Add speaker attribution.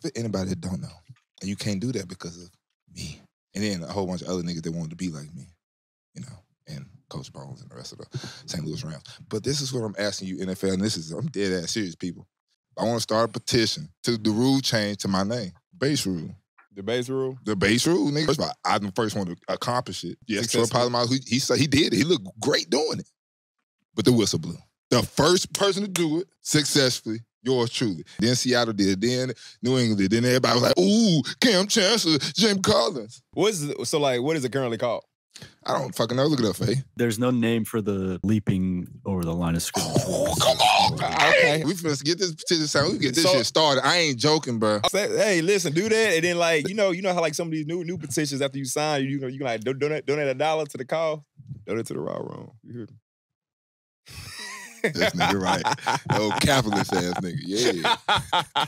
Speaker 1: for anybody that don't know. And you can't do that because of me. And then a whole bunch of other niggas that wanted to be like me, you know, and Coach Bones and the rest of the St. Louis Rams. But this is what I'm asking you, NFL, and this is I'm dead ass serious, people. I want to start a petition to the rule change to my name. Base rule.
Speaker 2: The base rule.
Speaker 1: The base rule, nigga. First of all, I'm the first one to accomplish it. Yes, Troy
Speaker 2: Successful.
Speaker 1: Polamalu, he, he said he did it. He looked great doing it. But the whistle blew. The first person to do it successfully, yours truly. Then Seattle did. Then New England did. Then everybody was like, ooh, Cam Chancellor, Jim Collins.
Speaker 2: What's so like? What is it currently called?
Speaker 1: I don't fucking know. Look it up, Faye.
Speaker 3: There's no name for the leaping over the line of scrimmage.
Speaker 1: Oh, come on, bro.
Speaker 2: Okay.
Speaker 1: We finna get this petition signed. We get this
Speaker 2: So-
Speaker 1: shit started. I ain't joking, bro.
Speaker 2: Oh, Say, hey, listen, do that, and then like you know, you know how like some of these new new petitions after you sign, you know, you can like do- donate donate a dollar to the cause, donate to the raw room. You hear me?
Speaker 1: This nigga right. The old capitalist ass nigga. Yeah.